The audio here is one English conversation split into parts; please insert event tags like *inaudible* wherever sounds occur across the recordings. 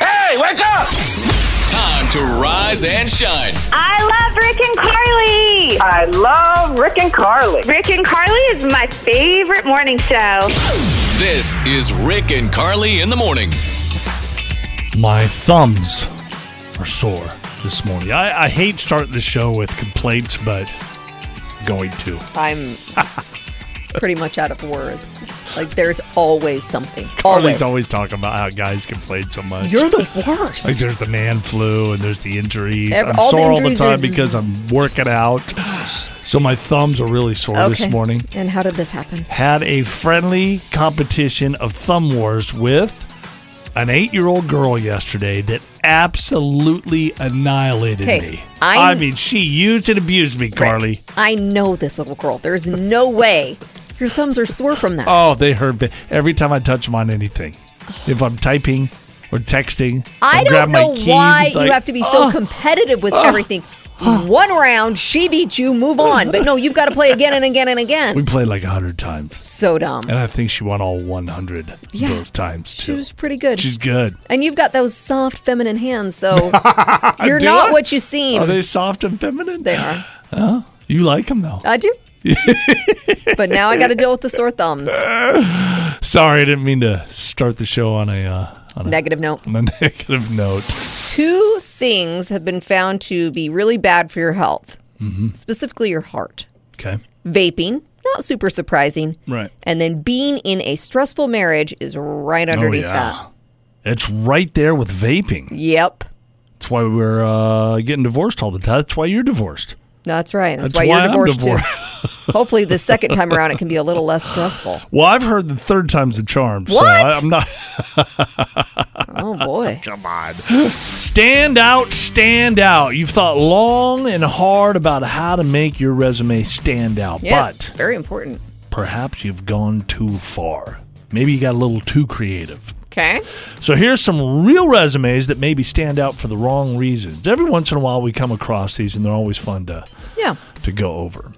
Hey, wake up! Time to rise and shine. I love Rick and Carly. I love Rick and Carly. Rick and Carly is my favorite morning show. This is Rick and Carly in the morning. My thumbs are sore this morning. I, I hate starting the show with complaints, but going to. *laughs* I'm pretty much out of words. Like there's always something. Carly's always talking about how guys complain so much. You're the worst. like there's the man flu and there's the injuries. Ev- I'm all the sore all the injuries are time just- because I'm working out. So my thumbs are really sore this morning. And how did this happen? Had a friendly competition of thumb wars with an eight-year-old girl yesterday that absolutely annihilated Hey, me. I'm- I mean, she used and abused me, Carly. Rick, I know this little girl. There's no way your thumbs are sore from that. Oh, they hurt me every time I touch them on anything. If I'm typing or texting, I I'll grab don't my know keys, why like, you have to be so "Oh, competitive with everything. One round, she beat you, move on. But no, you've got to play again and again *laughs* and We again. played like hundred times, So dumb. and I think she won all 100 Yeah. of those times too. She was pretty good. She's good. and you've got those soft feminine hands, so you're Do *laughs* not I? what you seem. Are they soft and feminine? They are. You like them though. *laughs* I do. but now I got to deal with the sore thumbs. Sorry, I didn't mean to start the show on a uh, on, a, Negative note. on a *laughs* negative note. Two things have been found to be really bad for your health, Mm-hmm. specifically your heart. Okay. Vaping, not super surprising. Right. Oh, And then being in a stressful marriage is right underneath yeah. that. It's right there with vaping. Yep. That's why we're uh, getting divorced all the time. That's why you're divorced. That's right. That's, That's why, why I'm you're divorced, divorced. too. *laughs* Hopefully, the second time around, it can be a little less stressful. *laughs* Well, I've heard the third time's the charm. So What? I, I'm not. *laughs* Oh, boy. Come on. Stand out, stand out. You've thought long and hard about how to make your resume stand out, Yeah. it's but very important. perhaps you've gone too far. Maybe you got a little too creative. Okay. So here's some real resumes that maybe stand out for the wrong reasons. Every once in a while we come across these and they're always fun to Yeah. to go over.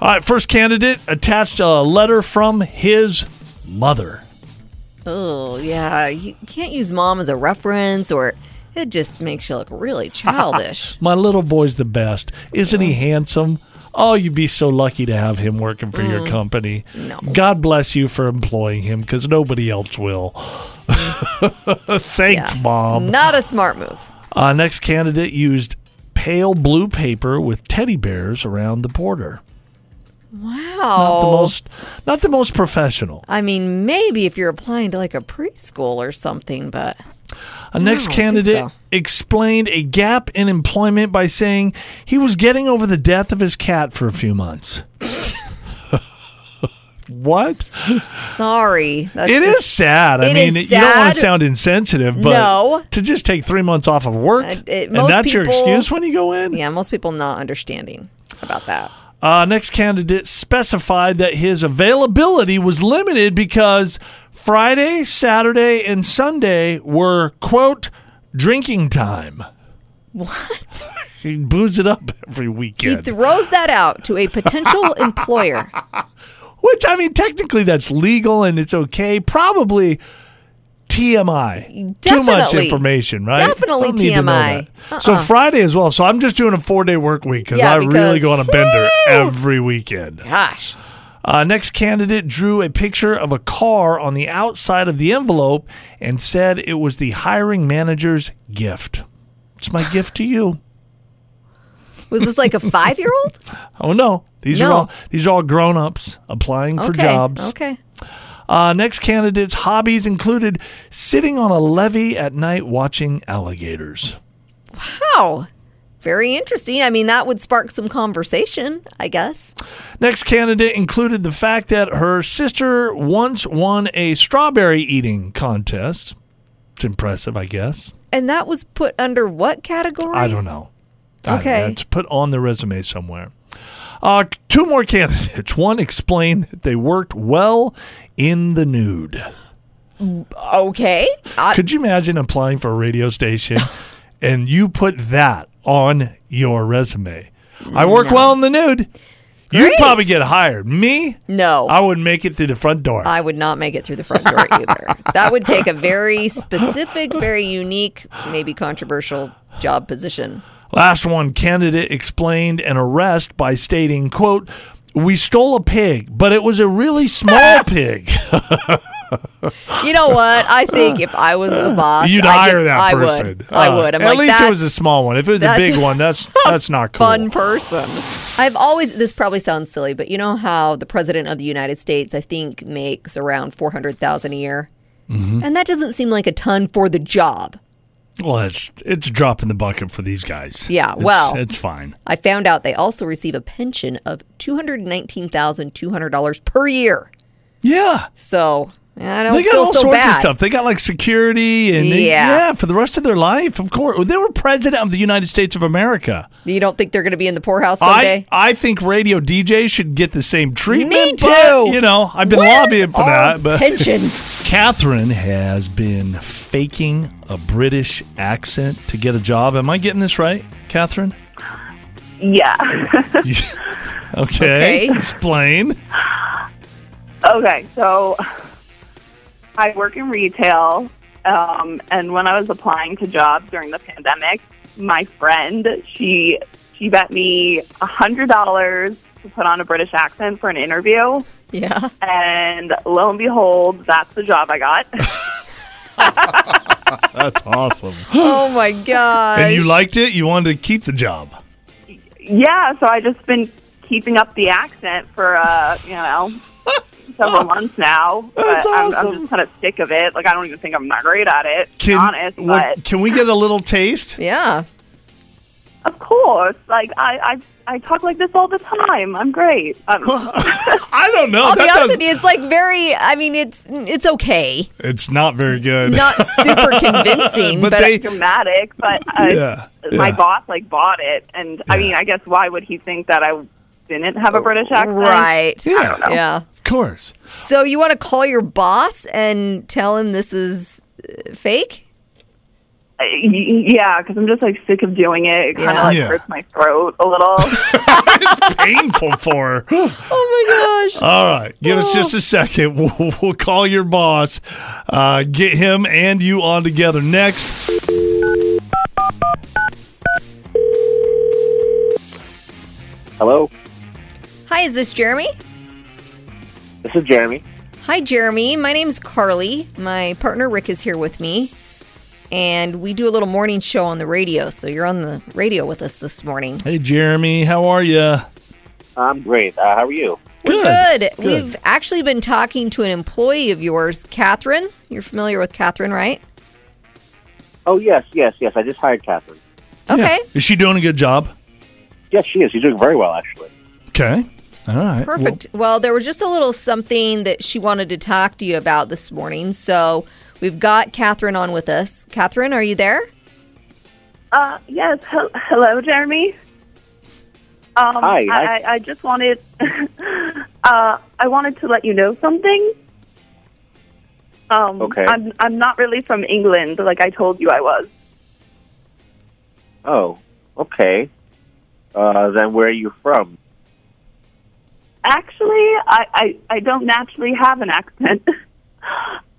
All right, first candidate attached a letter from his mother. Oh, yeah. You can't use mom as a reference, or it just makes you look *laughs* really childish. My little boy's the best. Isn't he handsome? Oh, you'd be so lucky to have him working for your company. No. God bless you for employing him because nobody else will. *laughs* Thanks, Mom. Not a smart move. Uh, next candidate used pale blue paper with teddy bears around the border. Wow. The most, not the most professional. Oh, I mean, maybe if you're applying to like a preschool or something, but A next Oh, I don't think candidate so. explained a gap in employment by saying he was getting over the death of his cat for a few months. *laughs* what? sorry. That's It just- is sad. I it mean, is you don't want sad. to sound insensitive, but No. to just take three months off of work Uh, it- and most that's your people- excuse when you go in. *laughs* Yeah, most people not understanding about that. Uh, next candidate specified that his availability was limited because Friday, Saturday, and Sunday were quote drinking time. What? *laughs* He boozed it up every He weekend. throws that out to a *laughs* potential employer. Which I mean, technically that's legal and it's okay. Probably TMI. Too much Definitely. information, right? Definitely Don't need to know TMI. that. So Friday as well. So I'm just doing a four day work week because Uh-uh. Yeah, I really because- go on a bender Woo! every weekend. Gosh. Uh, next candidate drew a picture of a car on the outside of the envelope and said it was the hiring manager's gift. It's my gift to you. Was this like a five year old? Oh no, these are No. all these are all grown ups applying *laughs* for okay. jobs. Okay. Uh, next candidate's hobbies included sitting on a levee at night watching alligators. Wow. Very interesting. I mean, that would spark some conversation, I guess. Next candidate included the fact that her sister once won a strawberry eating contest. It's impressive, I guess. And that was put under what category? I don't know. I don't know. Okay. It's put on the resume somewhere. Uh, two more candidates. One explained that they worked well in the nude. Okay. I, Could you imagine applying for a radio *laughs* station and you put that on your resume? I work well in the nude. You'd probably get hired. Me? No. I wouldn't make it through the front door. I would not make it through the front door either. that would take a very specific, very unique, maybe controversial job position. Last one, candidate explained an arrest by stating, quote, we stole a pig, but it was a really small *laughs* pig. You know what? I think if I was the boss, You'd I hire get- that I person. would. I Uh, would. I'm at like least that it was a small one. If it was a that's- big one, *laughs* that's that's not cool. fun person. I've always this probably sounds silly, but you know how the president of the United States I think makes around 400,000 a year. Mm-hmm. And that doesn't seem like a ton for the job. Well, it's it's a drop in the bucket for these guys. Yeah, It's- well. it's fine. I found out they also receive a pension of $219,200 per year. Yeah, So, I don't they got feel all so sorts bad. of stuff. They got like security and they- Yeah. yeah, for the rest of their life. Of course, they were president of the United States of America. You don't think they're going to be in the poorhouse I, someday? I think radio DJs should get the same treatment. too. but, you know, I've been Where's lobbying for our that. But *laughs* pension. Catherine has been faking a British accent to get a job. Am I getting this right, *laughs* Catherine? *laughs* Yeah. *laughs* Okay. Okay. Explain. okay, so I work in retail, um, and when I was applying to jobs during the pandemic, my friend she she bet me a hundred dollars to put on a British accent for an interview, yeah. and lo and behold, that's the job I got. *laughs* That's awesome. Oh my god. and you liked it? You wanted to keep the job. yeah, so I just been keeping up the accent for uh, you *laughs* know. Several months now. but That's I'm- I'm, awesome. just kind of sick of it. Like I don't even think I'm that great at it. to be honest, well, but can we get a little taste? Yeah. Of course. Like I, I I talk like this all the time. I'm great. I don't *laughs* know. I don't know. I'll that be honest does- with you, it's like very I mean it's it's *laughs* okay. It's not very good. Not super *laughs* convincing, But but, they- dramatic, but I, yeah. my yeah. boss like bought it and I Yeah. Oh, mean, I guess why would he think that I didn't have a British accent? right. Yeah. Yeah. Of course. So you want to call your boss and tell him this is uh, fake? Uh, y- Yeah, cuz I'm just like sick of doing it. It kind Yeah. of like Yeah. hurts my throat a little. it's painful for her. *laughs* Oh my gosh. All right, give us just a second. *laughs* We'll, we'll call your boss, uh, get him and you on together next. Hello, Hi, is this Jeremy? this is Jeremy. Hi, Jeremy. My name's Carly. My partner Rick is here with me. And we do a little morning show on the radio. So you're on the radio with us this morning. Hey, Jeremy, how are you? I'm great. Uh, how are you? We're Good, good. good. We've actually been talking to an employee of yours, Catherine. You're familiar with Catherine, right? Oh yes, yes, yes. I just hired Catherine. Okay. Is she doing a good job? Yes, she is. She's doing very well, actually. Okay. All right. Perfect. Well, there was just a little something that she wanted to talk to you about this morning. So we've got Catherine on with us. Catherine, are you there? uh, yes. Hel- hello, Jeremy. Um, Hi, I, hi. I, I just wanted *laughs* uh, I wanted to let you know something. Um, Okay. I'm I'm not really from England, like I told you I was. Oh, okay. Uh, then where are you from? Actually, I, I, I don't naturally have an accent. *laughs*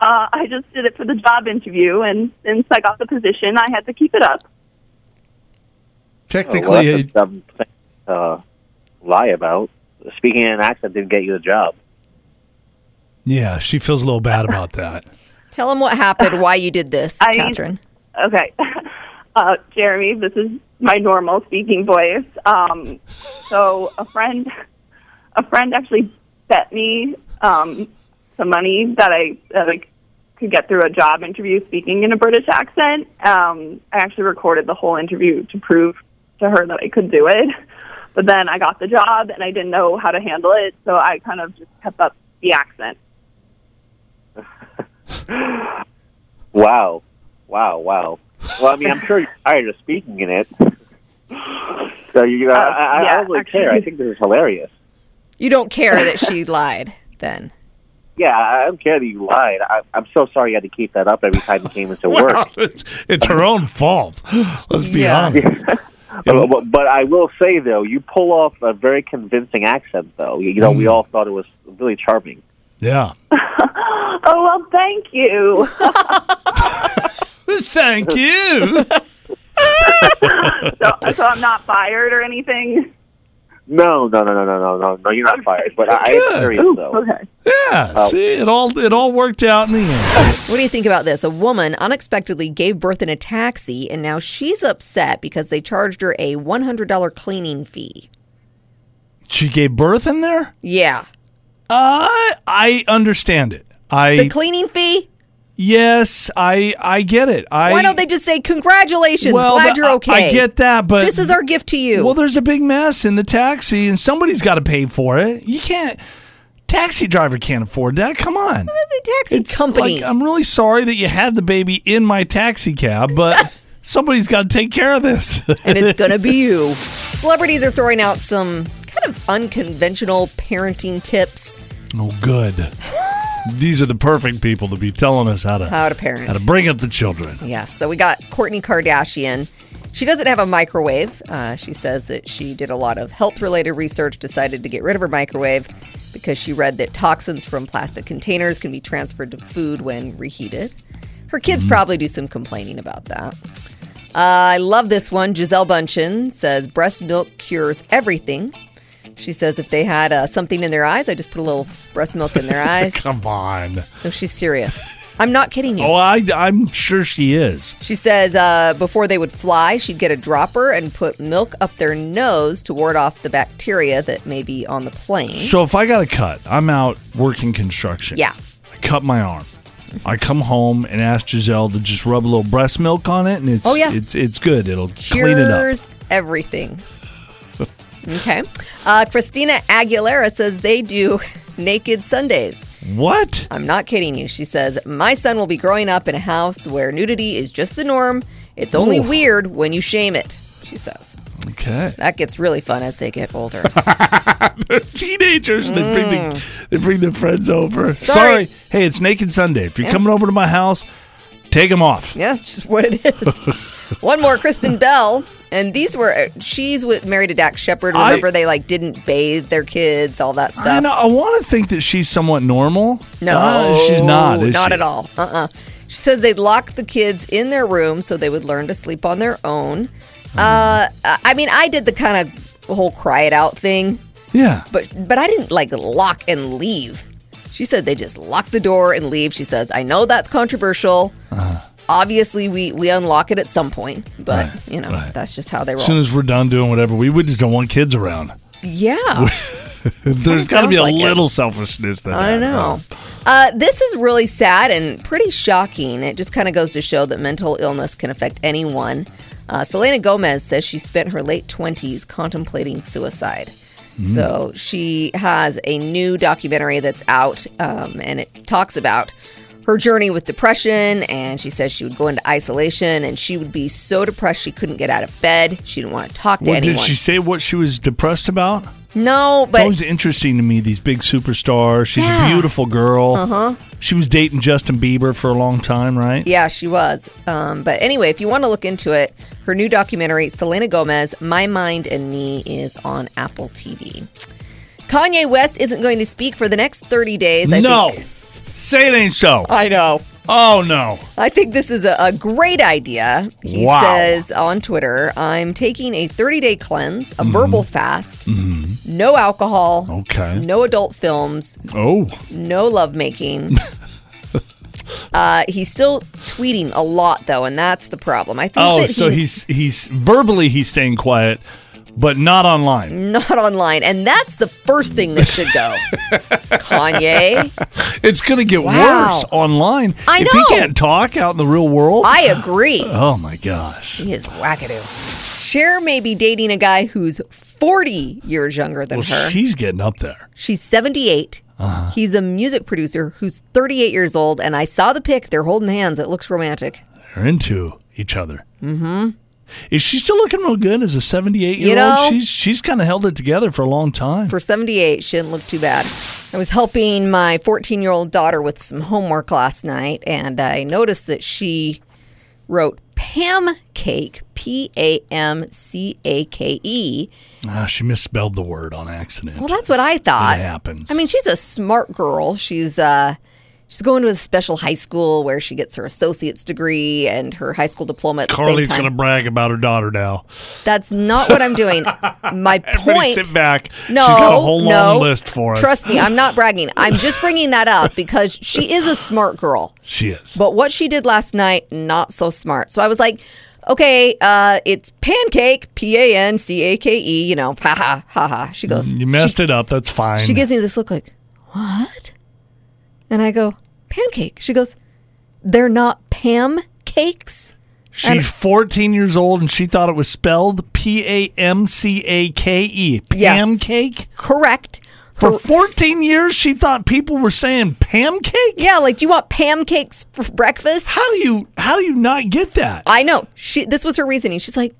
Uh, I just did it for the job interview, and since I got the position, I had to keep it up. Oh, well, Technically, that's a dumb thing to, uh, lie about. Speaking in an accent didn't get you the job. yeah, she feels a little bad about *laughs* that. Tell them what happened, why you did this, I- Catherine. Okay. *laughs* Uh, Jeremy, this is my normal speaking voice. Um, so a friend, a friend actually bet me um, some money that I that I could get through a job interview speaking in a British accent. Um, I actually recorded the whole interview to prove to her that I could do it. But then I got the job and I didn't know how to handle it, so I kind of just kept up the accent. Wow, wow, wow. Well, I mean, I'm sure you're tired of speaking in it. *laughs* So you, uh, I, I yeah, don't really care. I actually- think this is hilarious. You don't care that she lied then. Yeah, I don't care that you lied. I, I'm so sorry you had to *laughs* keep that up every time you came into work. Wow, it's, it's her own fault. *gasps* Let's be Yeah. honest. Uh, but, but I will say though, you pull off a very convincing accent. Though you know, we all thought it was really charming. *laughs* Yeah. Oh, well, thank you. Thank *laughs* you. so, so I'm not fired or anything. No, no, no, no, no, no, no, no. You're not fired. But I, I am serious though. Okay. Yeah. Oh. See, it all it all worked out in the end. What do you think about this? A woman unexpectedly gave birth in a taxi, and now she's upset because they charged her a $100 cleaning fee. She gave birth in there. Yeah. Uh, I understand it. I The cleaning fee? yes, I I get it. I Why don't they just say, Congratulations, Well, glad the- you're I- okay? I get that, but This is our gift to you. Well, there's a big mess in the taxi, and somebody's got to pay for it. You can't. Taxi driver can't afford that. Come on. the taxi company. Like, I'm really sorry that you had the baby in my taxi cab, *laughs* but somebody's got to take care of this. *laughs* and it's gonna be you. Celebrities are throwing out some kind of unconventional parenting tips oh, good. These are the perfect people to be telling us how to how to parent. how to bring up the children. Yes. So we got Courtney Kardashian. She doesn't have a microwave. Uh, she says that she did a lot of health related research, decided to get rid of her microwave because she read that toxins from plastic containers can be transferred to food when reheated. Her kids probably do some complaining about that. Uh, I love this one. Giselle Bundchen says breast milk cures everything. She says if they had uh, something in their eyes, I just put a little breast milk in their eyes. Come on. No, she's serious. I'm not kidding you. Oh, I, I'm sure she is. She says uh, before they would fly, she'd get a dropper and put milk up their nose to ward off the bacteria that may be on the plane. So if I got a cut, I'm out working construction. Yeah. I cut my arm. I come home and ask Giselle to just rub a little breast milk on it, and it's Oh, yeah. it's it's good. It'll clean it up. Cures everything. *laughs* Okay. Uh, Christina Aguilera says they do *laughs* naked Sundays. What? I'm not kidding you. She says, My son will be growing up in a house where nudity is just the norm. It's only Ooh. weird when you shame it, she says. Okay. That gets really fun as they get older. *laughs* Teenagers. They bring the, they bring their friends over. Mm. Sorry. Hey, it's Naked Sunday. If you're coming over to my house, take them off. Yeah, it's just what *laughs* it is. One more, Kristen Bell, and these were uh, she's with married to Dax Shepard. I- Remember, they like didn't bathe their kids, all that stuff. And I, want to think that she's somewhat normal. No, Uh, she's not. Is not she? at all. Uh uh She says they locked the kids in their room so they would learn to sleep on their own. Mm-hmm. Uh, I I mean, I did the kind of whole cry it out thing, Yeah. but but I didn't like lock and leave. She said they just lock the door and leave. She says, I know that's controversial. Obviously, we we unlock it at some point, but Uh-huh. Right, you know right. that's just how they roll. As soon as we're done doing whatever, we, we just don't want kids around. *laughs* yeah, There's got to be a sounds like it. little selfishness. That I know. Uh, this is really sad and pretty shocking. It just kind of goes to show that mental illness can affect anyone. Uh, Selena Gomez says she spent her late 20s contemplating suicide. Hmm. So she has a new documentary that's out um, and it talks about her journey with depression. And she says she would go into isolation and she would be so depressed she couldn't get out of bed. She didn't want to talk to What, did anyone. she say what she was depressed about? no, It's but always interesting to me, these big superstars. She's Yeah. a beautiful girl. Uh-huh. She was dating Justin Bieber for a long time, right? Yeah, she was. Um, but anyway, if you want to look into it, her new documentary, Selena Gomez, My Mind and Me, is on Apple TV. Kanye West isn't going to speak for the next 30 days. I no. Think, Say it ain't so. I know. Oh, no. I think this is a, a great idea. He Wow. says on Twitter, I'm taking a 30 day cleanse, Mm-hmm. a verbal fast, no alcohol, Okay. no adult films, Oh. *laughs* no lovemaking. uh, he's still tweeting a lot though, and that's the problem. I think. Oh, that so he- he's he's verbally he's staying quiet, but not online. not online, and that's the first thing that should go. *laughs* Kanye, It's going to get Wow. worse online. I if know. he can't talk out in the real world. I agree. oh my gosh. He is wackadoo. Cher may be dating a guy who's 40 years younger than Well, Uh-huh. her. she's getting up there. She's 78. He's a music producer who's 38 years old, and I saw the pic. They're holding hands. It looks romantic. They're into each other. Mm-hmm. Is she still looking real good as a 78 year You know- old? She's she's kind of held it together for a long time. for 78 she didn't look too bad i was helping my 14 year old daughter with some homework last night and i noticed that she wrote pam cake P A M C A K E. Ah, she misspelled the word on accident. Well, that's what I thought. It happens. I mean, she's a smart girl. She's uh, she's going to a special high school where she gets her associate's degree and her high school diploma. At Carly's the same gonna time. brag about her daughter now. That's not what I'm *laughs* doing. My Everybody point. sit back. No, She's got a whole long no. list for us. Trust me, I'm not bragging. I'm just bringing that up because she is a smart girl. She is. But what she did last night, not so smart. So I was like, okay, uh, it's pancake, P A N C A K E, you know, ha ha, ha ha. She goes, you messed it up. That's fine. she gives me this look like, what? And I go, pancake. She goes, they're not Pam cakes. and- She's 14 years old and she thought it was spelled P A M C A K E. Yes. Pam cake? Correct. For Her- 14 years, she thought people were saying Pam cake? yeah, like, do you want Pam cakes for breakfast? How do you how do you not get that? I know. She this was her reasoning. She's like,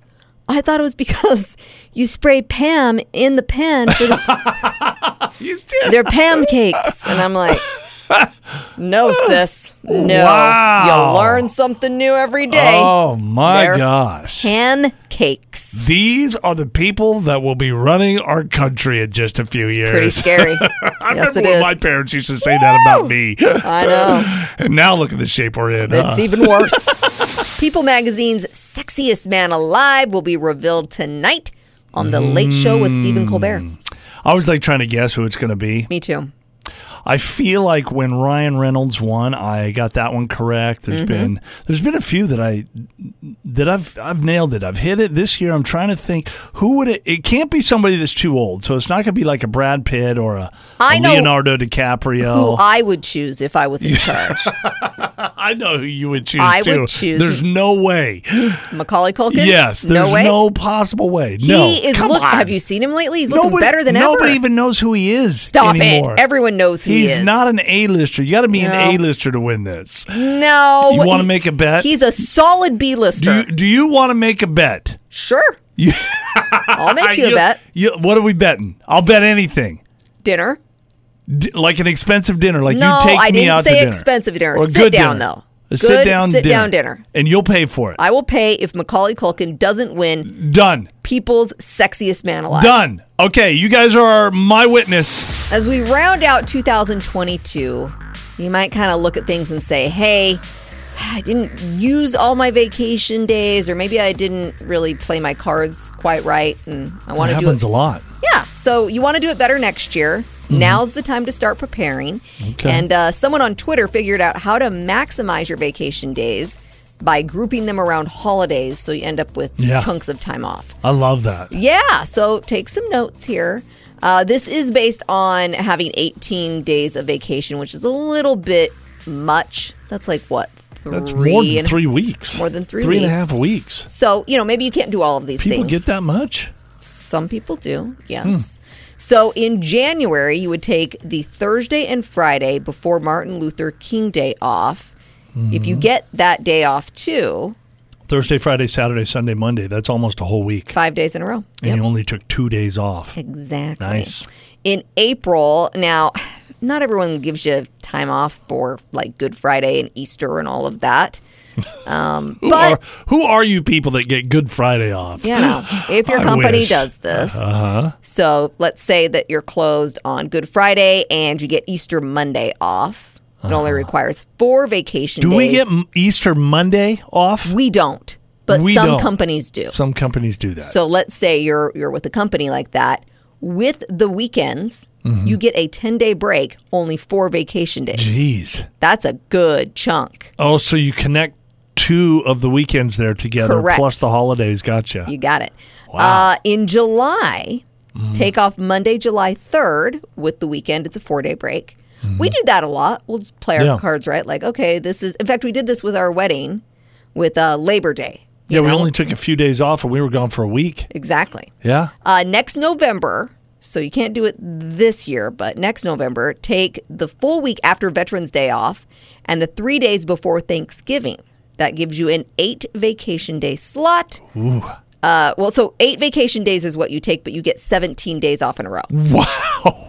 I thought it was because you spray Pam in the pen. For the, *laughs* You did. they're Pam cakes, and *laughs* I'm like, no, sis, no. Wow. You learn something new every day. Oh my They're gosh. Pancakes. These are the people that will be running our country in just a few years. Pretty scary. *laughs* I yes, remember it when is. my parents used to say that about me. *laughs* I *laughs* know. and now look at the shape we're in. huh? It's even worse. People Magazine's Sexiest Man Alive will be revealed tonight on The Late Show with Stephen Colbert. Mm. I was like trying to guess who it's going to be. Me too. I feel like when Ryan Reynolds won, I got that one correct. There's Mm-hmm. been there's been a few that I that I've I've nailed it. I've hit it this year. I'm trying to think who would it. It can't be somebody that's too old. So it's not going to be like a Brad Pitt or a, I a know Leonardo Who DiCaprio. I, I would choose if I *laughs* was in charge. know who you would choose. I too. would choose- There's no way. Macaulay Culkin? Yes, there's no way. possible way. he no, is come look. on. Have you seen him lately? He's looking Nobody- better than ever. Nobody even knows who he is. Stop anymore. it! Everyone knows who he He's is. not an A-lister. You got to be No. an A-lister to win this. No. You wanna he- make a bet? He's a solid B Do lister. you, do you want to make a bet? *laughs* Sure. I'll make you a You- bet. you- what are we betting? I'll bet anything. Dinner. D- like an expensive dinner. Like No, you take I me didn't out say to dinner. expensive dinner. Or a Sit good down, dinner. though. A Good sit down sit-down dinner. And you'll pay for it. I will pay if Macaulay Culkin doesn't win Done. People's Sexiest Man Alive. Done. Okay, you guys are my witness. As we round out 2022, you might kind of look at things and say, hey, I didn't use all my vacation days, or maybe I didn't really play my cards quite right, and I want to do it. lot. Mm-hmm. Yeah, so you want to do it better next year. Now's the time to start preparing. Okay. And uh, someone on Twitter figured out how to maximize your vacation days by grouping them around holidays so you end up with Yeah. chunks of time off. I love that. Yeah, so take some notes here. Uh, this is based on having 18 days of vacation, which is a little bit much. That's like what? Three That's more than and- three weeks. more than three Three and a weeks. half weeks. So, you know, maybe you can't do all of these People things. get that Hmm. much? Some people do, yes. So in January, you would take the Thursday and Friday before Martin Luther King Day off. If Hmm. you get that day off too, Thursday, Friday, Saturday, Sunday, Monday. That's almost a whole week. five days in a row. And you only took two days off. Exactly. Nice. In April, now, *sighs* not everyone gives you time off for like Good Friday and Easter and all *laughs* of that. Um, Who *laughs* but, are, who are you people that get Good Friday off? you know, if *gasps* your I company wish. Uh-huh. does this, so let's say that you're closed on Good Friday and you get Easter Monday off. It only requires four vacation Uh-huh. Do days. we get M- Easter Monday off? We don't, but We some don't. companies do. Some companies do that. So let's say you're you're with a company like that. With the weekends, you get a 10 day break, only four vacation days. Jeez. That's a good chunk. Oh, so you connect two of the weekends there together, Correct. plus the holidays. Gotcha. You got it. Wow. Mm-hmm. Uh, in July, take off Monday, July 3rd with the weekend. It's a four day break. We do that a lot. We'll just play our Mm-hmm. Yeah. cards right. Like, okay, this is, in fact, we did this with our wedding with uh, Labor Day. yeah, we only took a few days off, and we were gone for a week. Exactly. Yeah. Uh, next November, so you can't do it this year, but next November, take the full week after Veterans Day off and the three days before Thanksgiving. That gives you an eight vacation day slot. Uh, well, so eight vacation days is what you take, but you get 17 days off in a row. *laughs* Wow.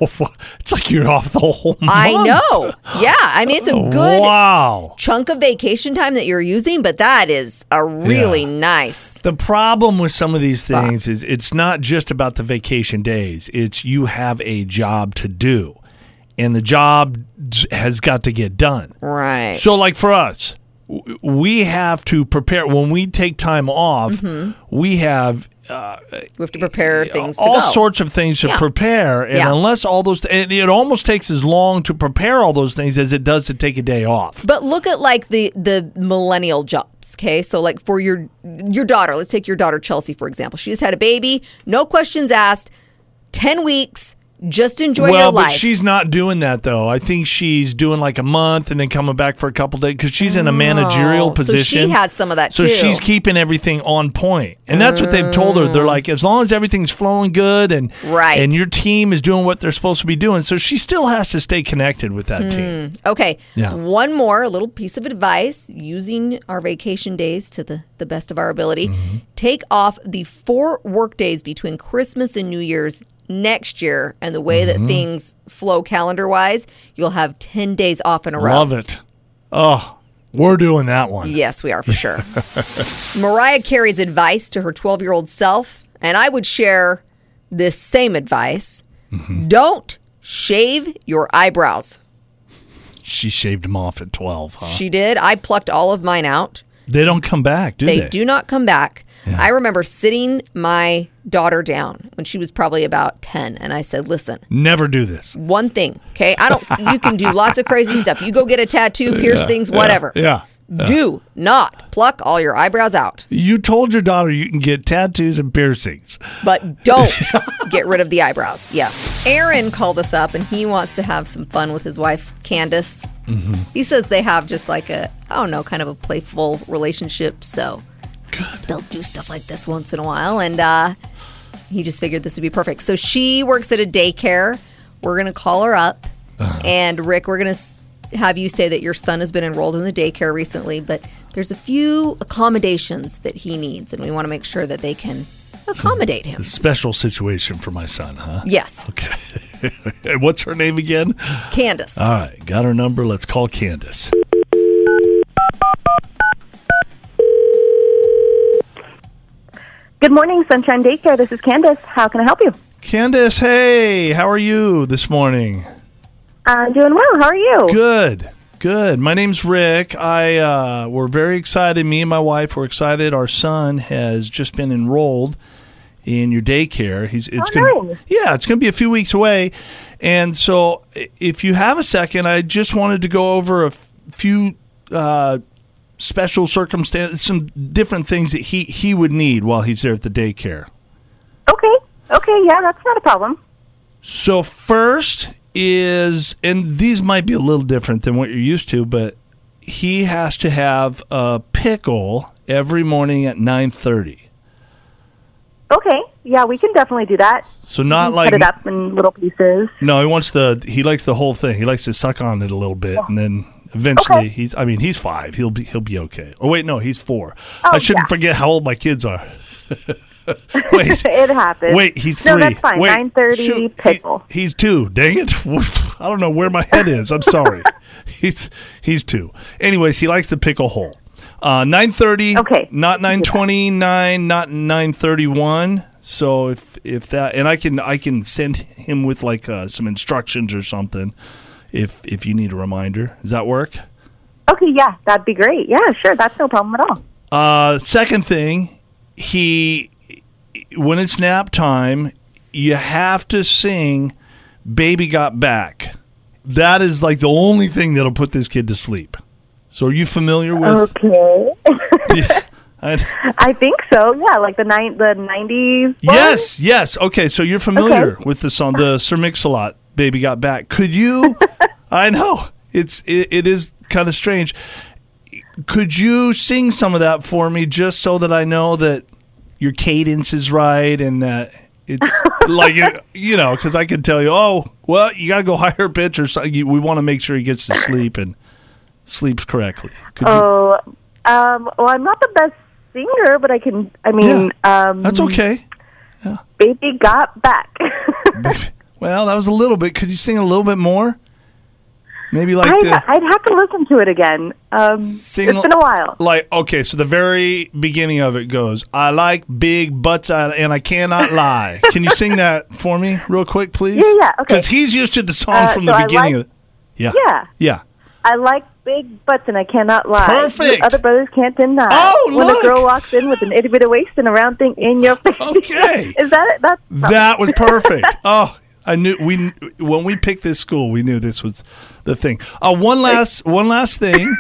It's like you're off the whole month. I know. Yeah. I mean, *laughs* it's a good Wow. chunk of vacation time that you're using, but that is a really Yeah. nice. The problem with some of these things is it's not just about the vacation days. It's you have a job to do and the job j- has got to get done. Right. So, like for us, w- we have to prepare. When we take time off, we have we have to prepare Mm-hmm. things to all go. sorts of things to Yeah. prepare. And Yeah. unless all those, and it almost takes as long to prepare all those things as it does to take a day off. But look at like the the millennial jobs, okay? So like for your your daughter, let's take your daughter Chelsea for example. She just had a baby, no questions asked, ten weeks, just enjoy well, your life. but she's not doing that though. I think she's doing like a month and then coming back for a couple days because she's in a managerial Oh, so she position. has some of that, So too. Oh. she's keeping everything on point, and that's what they've told her. They're like, as long as everything's flowing good and Right. and your team is doing what they're supposed to be doing, so she still has to stay connected with Hmm. that team. okay. Yeah. One more a little piece of advice using our vacation days to the, the best of our ability. Mm-hmm. Take off the four work days between Christmas and New Year's next year and the way Mm-hmm. that things flow calendar wise, you'll have ten days off in a row. Love it. Oh, we're doing that one. Yes, we are for *laughs* sure. Mariah Carey's advice to her 12 year old self, and I would share this same advice Mm-hmm. don't shave your eyebrows. She shaved them off at twelve. Huh? She did. I plucked all of mine out. they don't come back, do they? They do not come back. I remember sitting my daughter down when she was probably about 10, and I said, Listen, Never do this. one thing, okay? I don't, you can do lots of crazy stuff. You go get a tattoo, pierce things, whatever. Yeah. Do not pluck all your eyebrows out. You told your daughter you can get tattoos and piercings. but don't get rid of the eyebrows. Yes. Aaron called us up and he wants to have some fun with his wife, Candace. He says they have just like a, I don't know, kind of a playful relationship. So they'll do stuff like this once in a while. And uh, he just figured this would be perfect. So she works at a daycare. We're going to call her up. And Rick, we're going to have you say that your son has been enrolled in the daycare recently, but there's a few accommodations that he needs, and we want to make sure that they can accommodate him. Special situation for my son, huh? Yes, Okay. And What's her name again? Candace. All right, got her number. Let's call Candace. Good morning, Sunshine Daycare. This is Candace. How can I help you? Candace, hey, how are you this morning? I'm Uh, doing well. How are you? Good. Good. My name's Rick. I uh, we're very excited. Me and my wife were excited. Our son has just been enrolled in your daycare. He's it's Oh, gonna, nice. yeah, it's going to be a few weeks away. And so, i- if you have a second, I just wanted to go over a f- few uh, special circumstances, some different things that he he would need while he's there at the daycare. Okay. Okay. Yeah, that's not a problem. So first is, and these might be a little different than what you're used to, but he has to have a pickle every morning at nine thirty. Okay. Yeah, we can definitely do that. So not Mm, Cut like it up in little pieces. no, he wants the he likes the whole thing. He likes to suck on it a little bit, and then eventually Okay. he's. I mean, he's five. He'll be he'll be okay. Or wait, no, he's four. I shouldn't Oh, yeah. forget how old my kids are. *laughs* wait, It happens. Wait, he's no, three. that's fine. Wait, Nine thirty shoot, pickle. he- he's two. Dang it! *laughs* I don't know where my head is. I'm *laughs* sorry. he's he's two. Anyways, he likes the pickle hole. Uh, nine thirty. Okay. Not nine twenty nine. Not nine thirty one. So if if that and I can I can send him with like uh, some instructions or something. If if you need a reminder, does that work? Okay. Yeah, that'd be great. Yeah, sure. That's no problem at all. Uh, second thing, he when it's nap time, you have to sing "Baby Got Back." That is like the only thing that'll put this kid to sleep. So, are you familiar with? Okay. Yeah. *laughs* I- *laughs* I think so. Yeah, like the nine the nineties. yes, yes. Okay, so you're familiar with the song, the Sir Mix-a-Lot "Baby Got Back." Could *laughs* you? I know it's it, it is kind of strange. Could you sing some of that for me, just so that I know that your cadence is right and that *laughs* it's like you, you know because i could tell you oh well you gotta go higher pitch or something You- we want to make sure he gets to sleep and sleeps correctly could you Oh, um, well, I'm not the best singer, but I can. I mean, um, That's okay. Baby got back. *laughs* Well, that was a little bit. Could you sing a little bit more? Maybe like I'd, the, I'd have to listen to it again. Um, it's Sing- been a while. Like okay, so the very beginning of it goes, "I like big butts, I- and I *laughs* cannot lie." Can you sing that for me, real quick, please? Yeah, yeah, okay. Because he's used to the song Uh, from so the I beginning. like- of Yeah, Yeah. yeah. I like big butts and I cannot lie. Perfect. You other brothers can't deny. Oh, When look. a girl walks in with an itty bitty waist and a round thing in your face. Okay. *laughs* Is that it? That's That was perfect. oh, I knew we when we picked this school, we knew this was the thing. Uh, one last one last thing.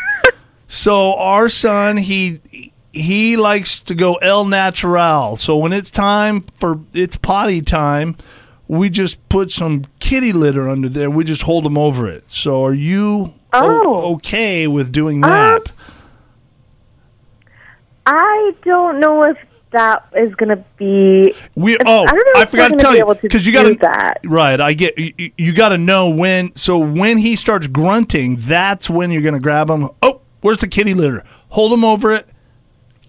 so our son, he he likes to go el natural. So when it's time for it's potty time, we just put some kitty litter under there. We just hold him over it. So are you o- Oh. okay with doing that? I don't know if that is going to be. We if- oh I don't know if I forgot to we're gonna tell be you able to because you do got that. right. I get you, you- you got to know when. So when he starts grunting, that's when you're gonna grab him. Oh, where's the kitty litter? Hold him over it.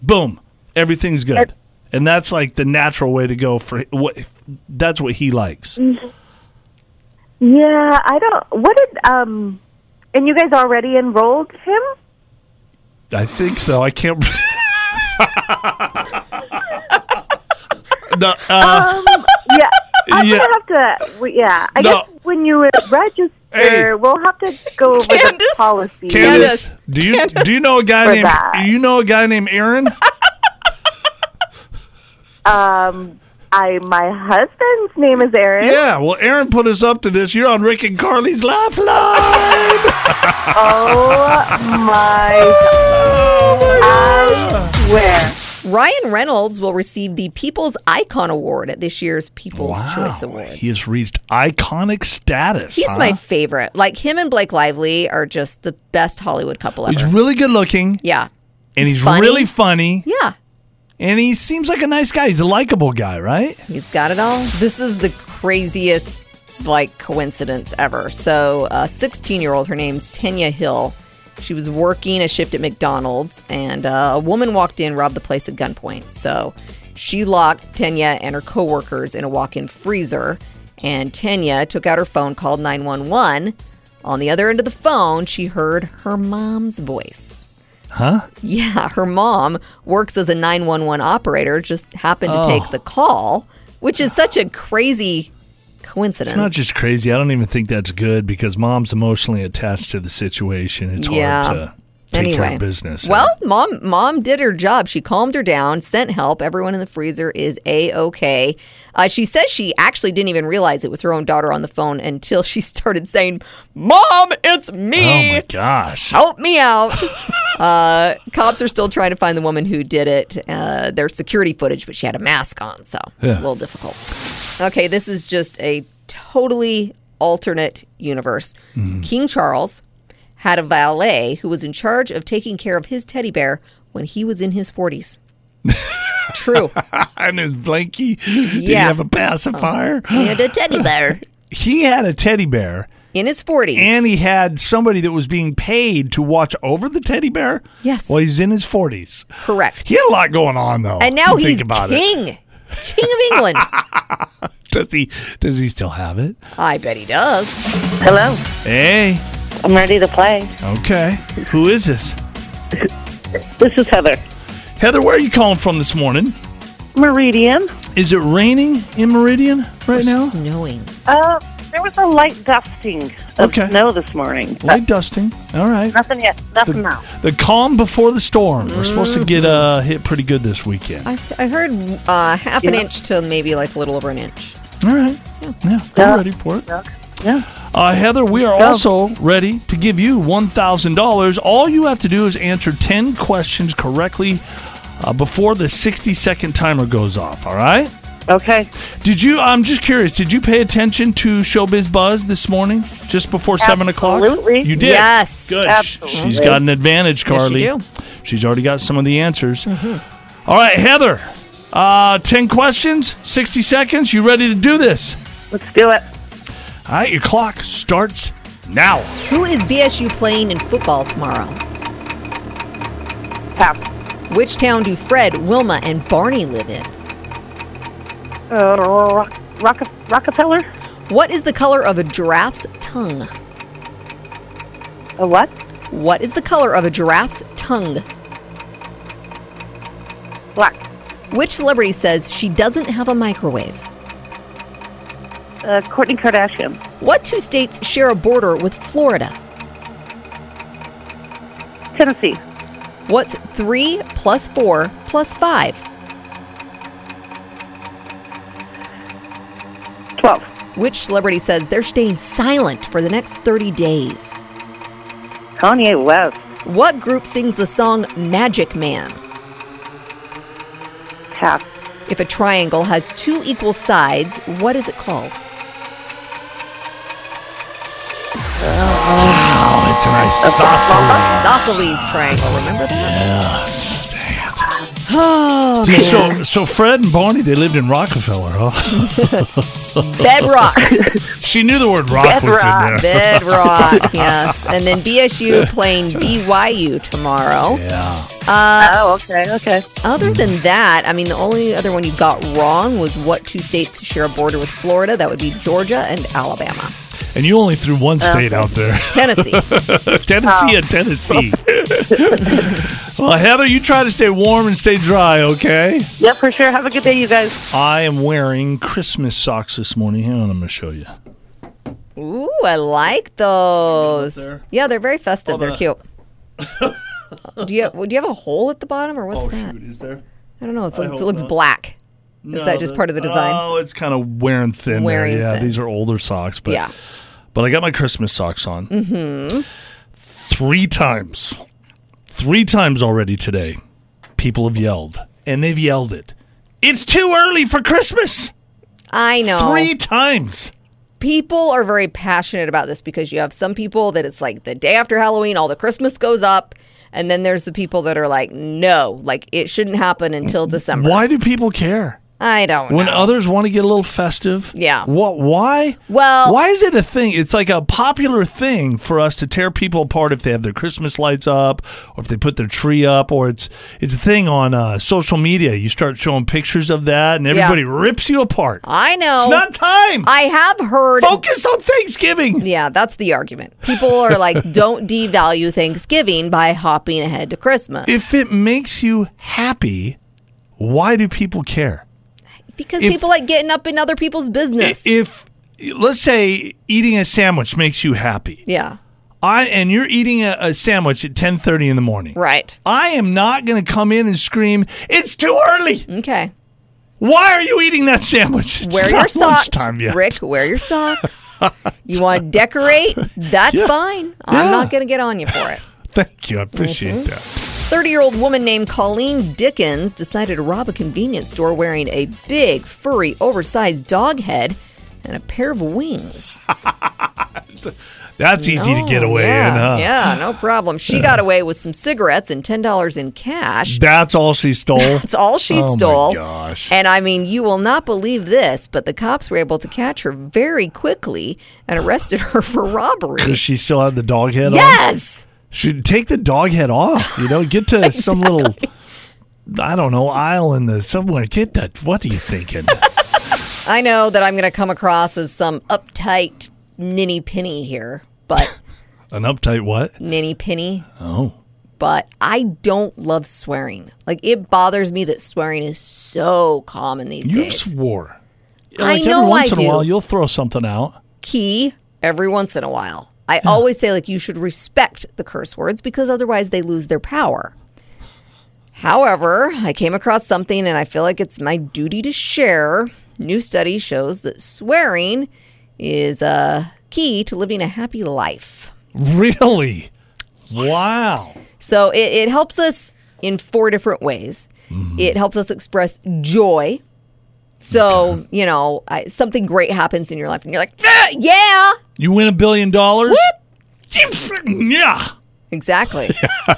Boom, everything's good. and that's like the natural way to go for what. That's what he likes. Mm. Yeah, I don't. What did. um? And you guys already enrolled him? I think so. I can't. *laughs* No, uh, *laughs* Yeah. I'm Yeah. gonna have to. we- Yeah, I No. guess when you register, Hey. we'll have to go over the Candace. policy. Candace, do you do you know a guy For named that. do you know a guy named Aaron? Um, I my husband's name is *laughs* Aaron. Yeah, well, Aaron put us up to this. You're on Rick and Carly's lifeline. Oh my! Oh, I swear. Ryan Reynolds will receive the People's Icon Award at this year's People's Choice Awards. He has reached iconic status. He's huh? my favorite. Like him and Blake Lively are just the best Hollywood couple ever. He's really good looking, yeah. and he's, funny. really funny, Yeah. and he seems like a nice guy. He's a likable guy, right? He's got it all. This is the craziest like coincidence ever. So, a 16-year-old, her name's Tenya Hill. She was working a shift at McDonald's and uh, a woman walked in, robbed the place at gunpoint. So, she locked Tenya and her coworkers in a walk-in freezer, and Tenya took out her phone, called 911. On the other end of the phone, she heard her mom's voice. Yeah, her mom works as a 911 operator, just happened to Oh. take the call, which is such a crazy coincidence. Not just crazy. I don't even think that's good because mom's emotionally attached to the situation. It's Yeah. hard to take care of business. Well, mom mom did her job. She calmed her down, sent help. Everyone in the freezer is a okay. Uh, she says she actually didn't even realize it was her own daughter on the phone until she *laughs* started saying, "Mom, it's oh me." my gosh. *laughs* help me out. uh, cops are still trying to find the woman who did it. Uh, there's security footage, but she had a mask on, so Yeah. it's a little difficult. Okay, this is just a totally alternate universe. Mm-hmm. King Charles had a valet who was in charge of taking care of his teddy bear when he was in *laughs* his 40s. True. And his blankie. Did he Yeah. Oh. have a pacifier? He had a teddy bear He had a teddy bear. in his 40s. and he had somebody that was being paid to watch over the teddy bear. Yes. Well, he's in his forties. Correct. He had a lot going on though. And now you he's think about it. king. King *laughs* of England. Does he? Does he still have it? I bet he does. Hello. Hey. I'm ready to play. Okay. Who is this? This is Heather. Heather, where are you calling from this morning? Meridian. Is it raining in Meridian right now? Snowing. Uh, there was a light dusting of Okay. snow this morning. Light dusting. All right. Nothing yet. Nothing now. The calm before the storm. We're supposed to get uh, hit pretty good this weekend. I, I heard uh, half an inch to maybe like a little over an inch. All right. Yeah, I'm ready for it. Yeah. Uh, Heather, we are also ready to give you $1,000. All you have to do is answer 10 questions correctly uh, before the 60 second timer goes off. All right. Okay. Did you? I'm just curious. Did you pay attention to Showbiz Buzz this morning, just before seven o'clock? Absolutely. You did. Yes. Good. Absolutely. She's got an advantage, you Carly. do. Mm-hmm. She's already got some of the answers. All right, Heather. Uh, ten questions, sixty seconds. You ready to do this? Let's do it. All right, your clock starts now. Who is BSU playing in football tomorrow? Pass. Which town do Fred, Wilma, and Barney live in? Uh, rock, rock, Rockefeller? What is the color of a giraffe's tongue? A what? What is the color of a giraffe's tongue? Black. Which celebrity says she doesn't have a microwave? Uh, Courtney Kardashian. What two states share a border with Florida? Tennessee. What's 3 plus 4 plus 5? 12. Which celebrity says they're staying silent for the next 30 days? Kanye West. What group sings the song Magic Man? Pass. If a triangle has two equal sides, what is it called? Oh, it's an isosceles. Isosceles triangle. Remember that? Dude, so, so Fred and Barney, they lived in Rockefeller, huh? *laughs* Bedrock. She knew the word rock was in there. Bedrock. Yes. And then BSU playing BYU tomorrow. Yeah. Oh, okay, okay. Other than that, I mean, the only other one you got wrong was what two states share a border with Florida? That would be Georgia and Alabama. And you only threw one Oh. state out there. *laughs* Tennessee. Tennessee Oh. and Tennessee. *laughs* well, Heather, you try to stay warm and stay dry, okay? Yeah, for sure. Have a good day, you guys. I am wearing Christmas socks this morning. Hang on, I'm going to show you. Ooh, I like those. there? Yeah, they're very festive. Oh, they're that. cute. do you do you have a hole at the bottom or what's Oh, that? is there? I don't know. It's, it hope looks not. black. Is that just part of the design? Oh, it's kind of wearing thin. there. Wearing Yeah, thin. these are older socks, but Yeah. But I got my Christmas socks on. Mm-hmm. Three times, three times already today, people have yelled, and they've yelled it. It's too early for Christmas. I know. Three times. people are very passionate about this because you have some people that it's like the day after Halloween, all the Christmas goes up. And then there's the people that are like, no, like it shouldn't happen until December. Why do people care? I don't When know. others want to get a little festive, Yeah. What? Why? Well- why is it a thing? It's like a popular thing for us to tear people apart if they have their Christmas lights up, or if they put their tree up, or it's it's a thing on uh, social media. You start showing pictures of that, and everybody rips you apart. I know. It's not time. Oh. I have heard. Focus on Thanksgiving. Yeah, that's the argument. People *laughs* are like, don't devalue Thanksgiving by hopping ahead to Christmas. If it makes you happy, why do people care? because if- people like getting up in other people's business. If let's say eating a sandwich makes you happy, yeah, I and you're eating a, a sandwich at 10:30 in the morning. right. I am not going to come in and scream, "It's too early! Okay. Why are you eating that sandwich?" It's Wear not your socks. lunchtime yet. Rick, wear *laughs* your socks. you want to decorate? That's fine. I'm Yeah. not going to get on you for it. *laughs* Thank you. I appreciate that. 30 year old woman named Colleen Dickens decided to rob a convenience store wearing a big, furry, oversized dog head and a pair of wings. Oh, That's easy to get away yeah, in, huh? Yeah, no problem. She got away with some cigarettes and $10 in cash. That's all she stole. *laughs* That's all she Oh my stole. gosh. And I mean, you will not believe this, but the cops were able to catch her very quickly and arrested her for robbery. Does she still have the dog head on? Yes. Should take the dog head off, you know, get *laughs* to some little I don't know, aisle in the somewhere. Get that what are you *laughs* thinking? I know that I'm going to come across as some uptight ninny penny here, *laughs* but An uptight what? ninny penny. Oh. But I don't love swearing. Like it bothers me that swearing is so common these You days. swore. I like know every once I in a while do. you'll throw something out. Key every once in a while. I always say like you should respect the curse words because otherwise they lose their power. However, I came across something and I feel like it's my duty to share. New study shows that swearing is a key to living a happy life. Really? Wow. So it, it helps us in four different ways. It helps us express joy. So, you know, I, something great happens in your life and you're like, "Ah, yeah, You win a billion dollars? Yeah. exactly.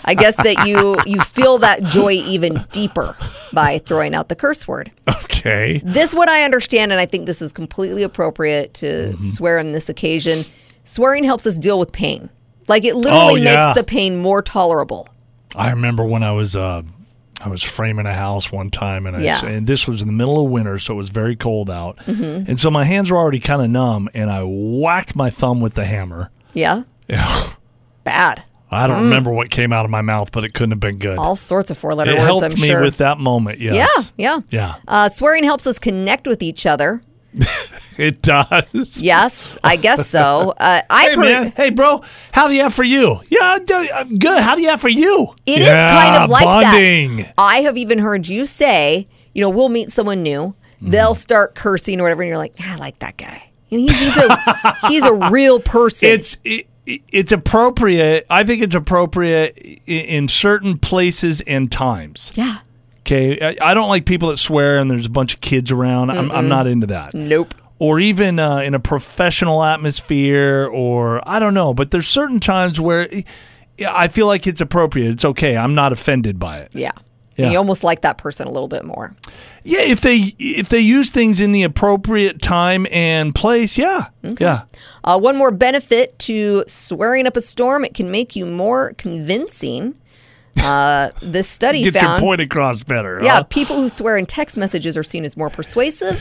I guess that you you feel that joy even deeper by throwing out the curse word. Okay. This what I understand and I think this is completely appropriate to Mm-hmm. swear on this occasion. Swearing helps us deal with pain. Like it literally Oh, yeah. makes the pain more tolerable. I remember when I was uh, I was framing a house one time, and I Yeah. and this was in the middle of winter, so it was very cold out, Mm-hmm. and so my hands were already kind of numb, and I whacked my thumb with the *laughs* hammer. Yeah. Yeah. Bad. I don't remember what came out of my mouth, but it couldn't have been good. Mm. All sorts of four letter it words, helped I'm me sure. with that moment. yeah, Yes. yeah. Yeah. Uh, swearing helps us connect with each other. It does. *laughs* Yes, I guess so. Uh, I've Hey heard. man, hey bro, how the f for you? Yeah, I'm do- I'm good. How the f for you? It is yeah, kind of like bonding. that. I have even heard you say, you know, we'll meet someone new. They'll start cursing or whatever, and you're like, I like that guy. And he's, *laughs* he's a he's a real person. It's it, it- it's appropriate. I think it's appropriate i- in certain places and times. yeah. Okay, I, I don't like people that swear and there's a bunch of kids around. I'm, I'm not into that. Nope. Or even uh, in a professional atmosphere, or I don't know. But there's certain times where i- I feel like it's appropriate. It's okay. I'm not offended by it. Yeah. Yeah. And you almost like that person a little bit more. Yeah, if they if they use things in the appropriate time and place, yeah, yeah. Uh, one more benefit to swearing up a storm: it can make you more convincing. *laughs* Uh, this study Get your found. point across better. Yeah, huh? people who swear in text messages are seen as more persuasive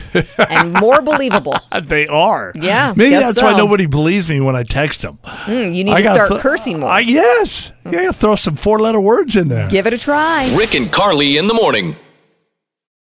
and *laughs* more believable. They are. Yeah, Maybe guess that's why so. nobody believes me when I text them. Hmm, You need to gotta start th- cursing more. Mm. I, yes. Yeah, throw some four letter words in there. Give it a try. Rick and Carly in the morning.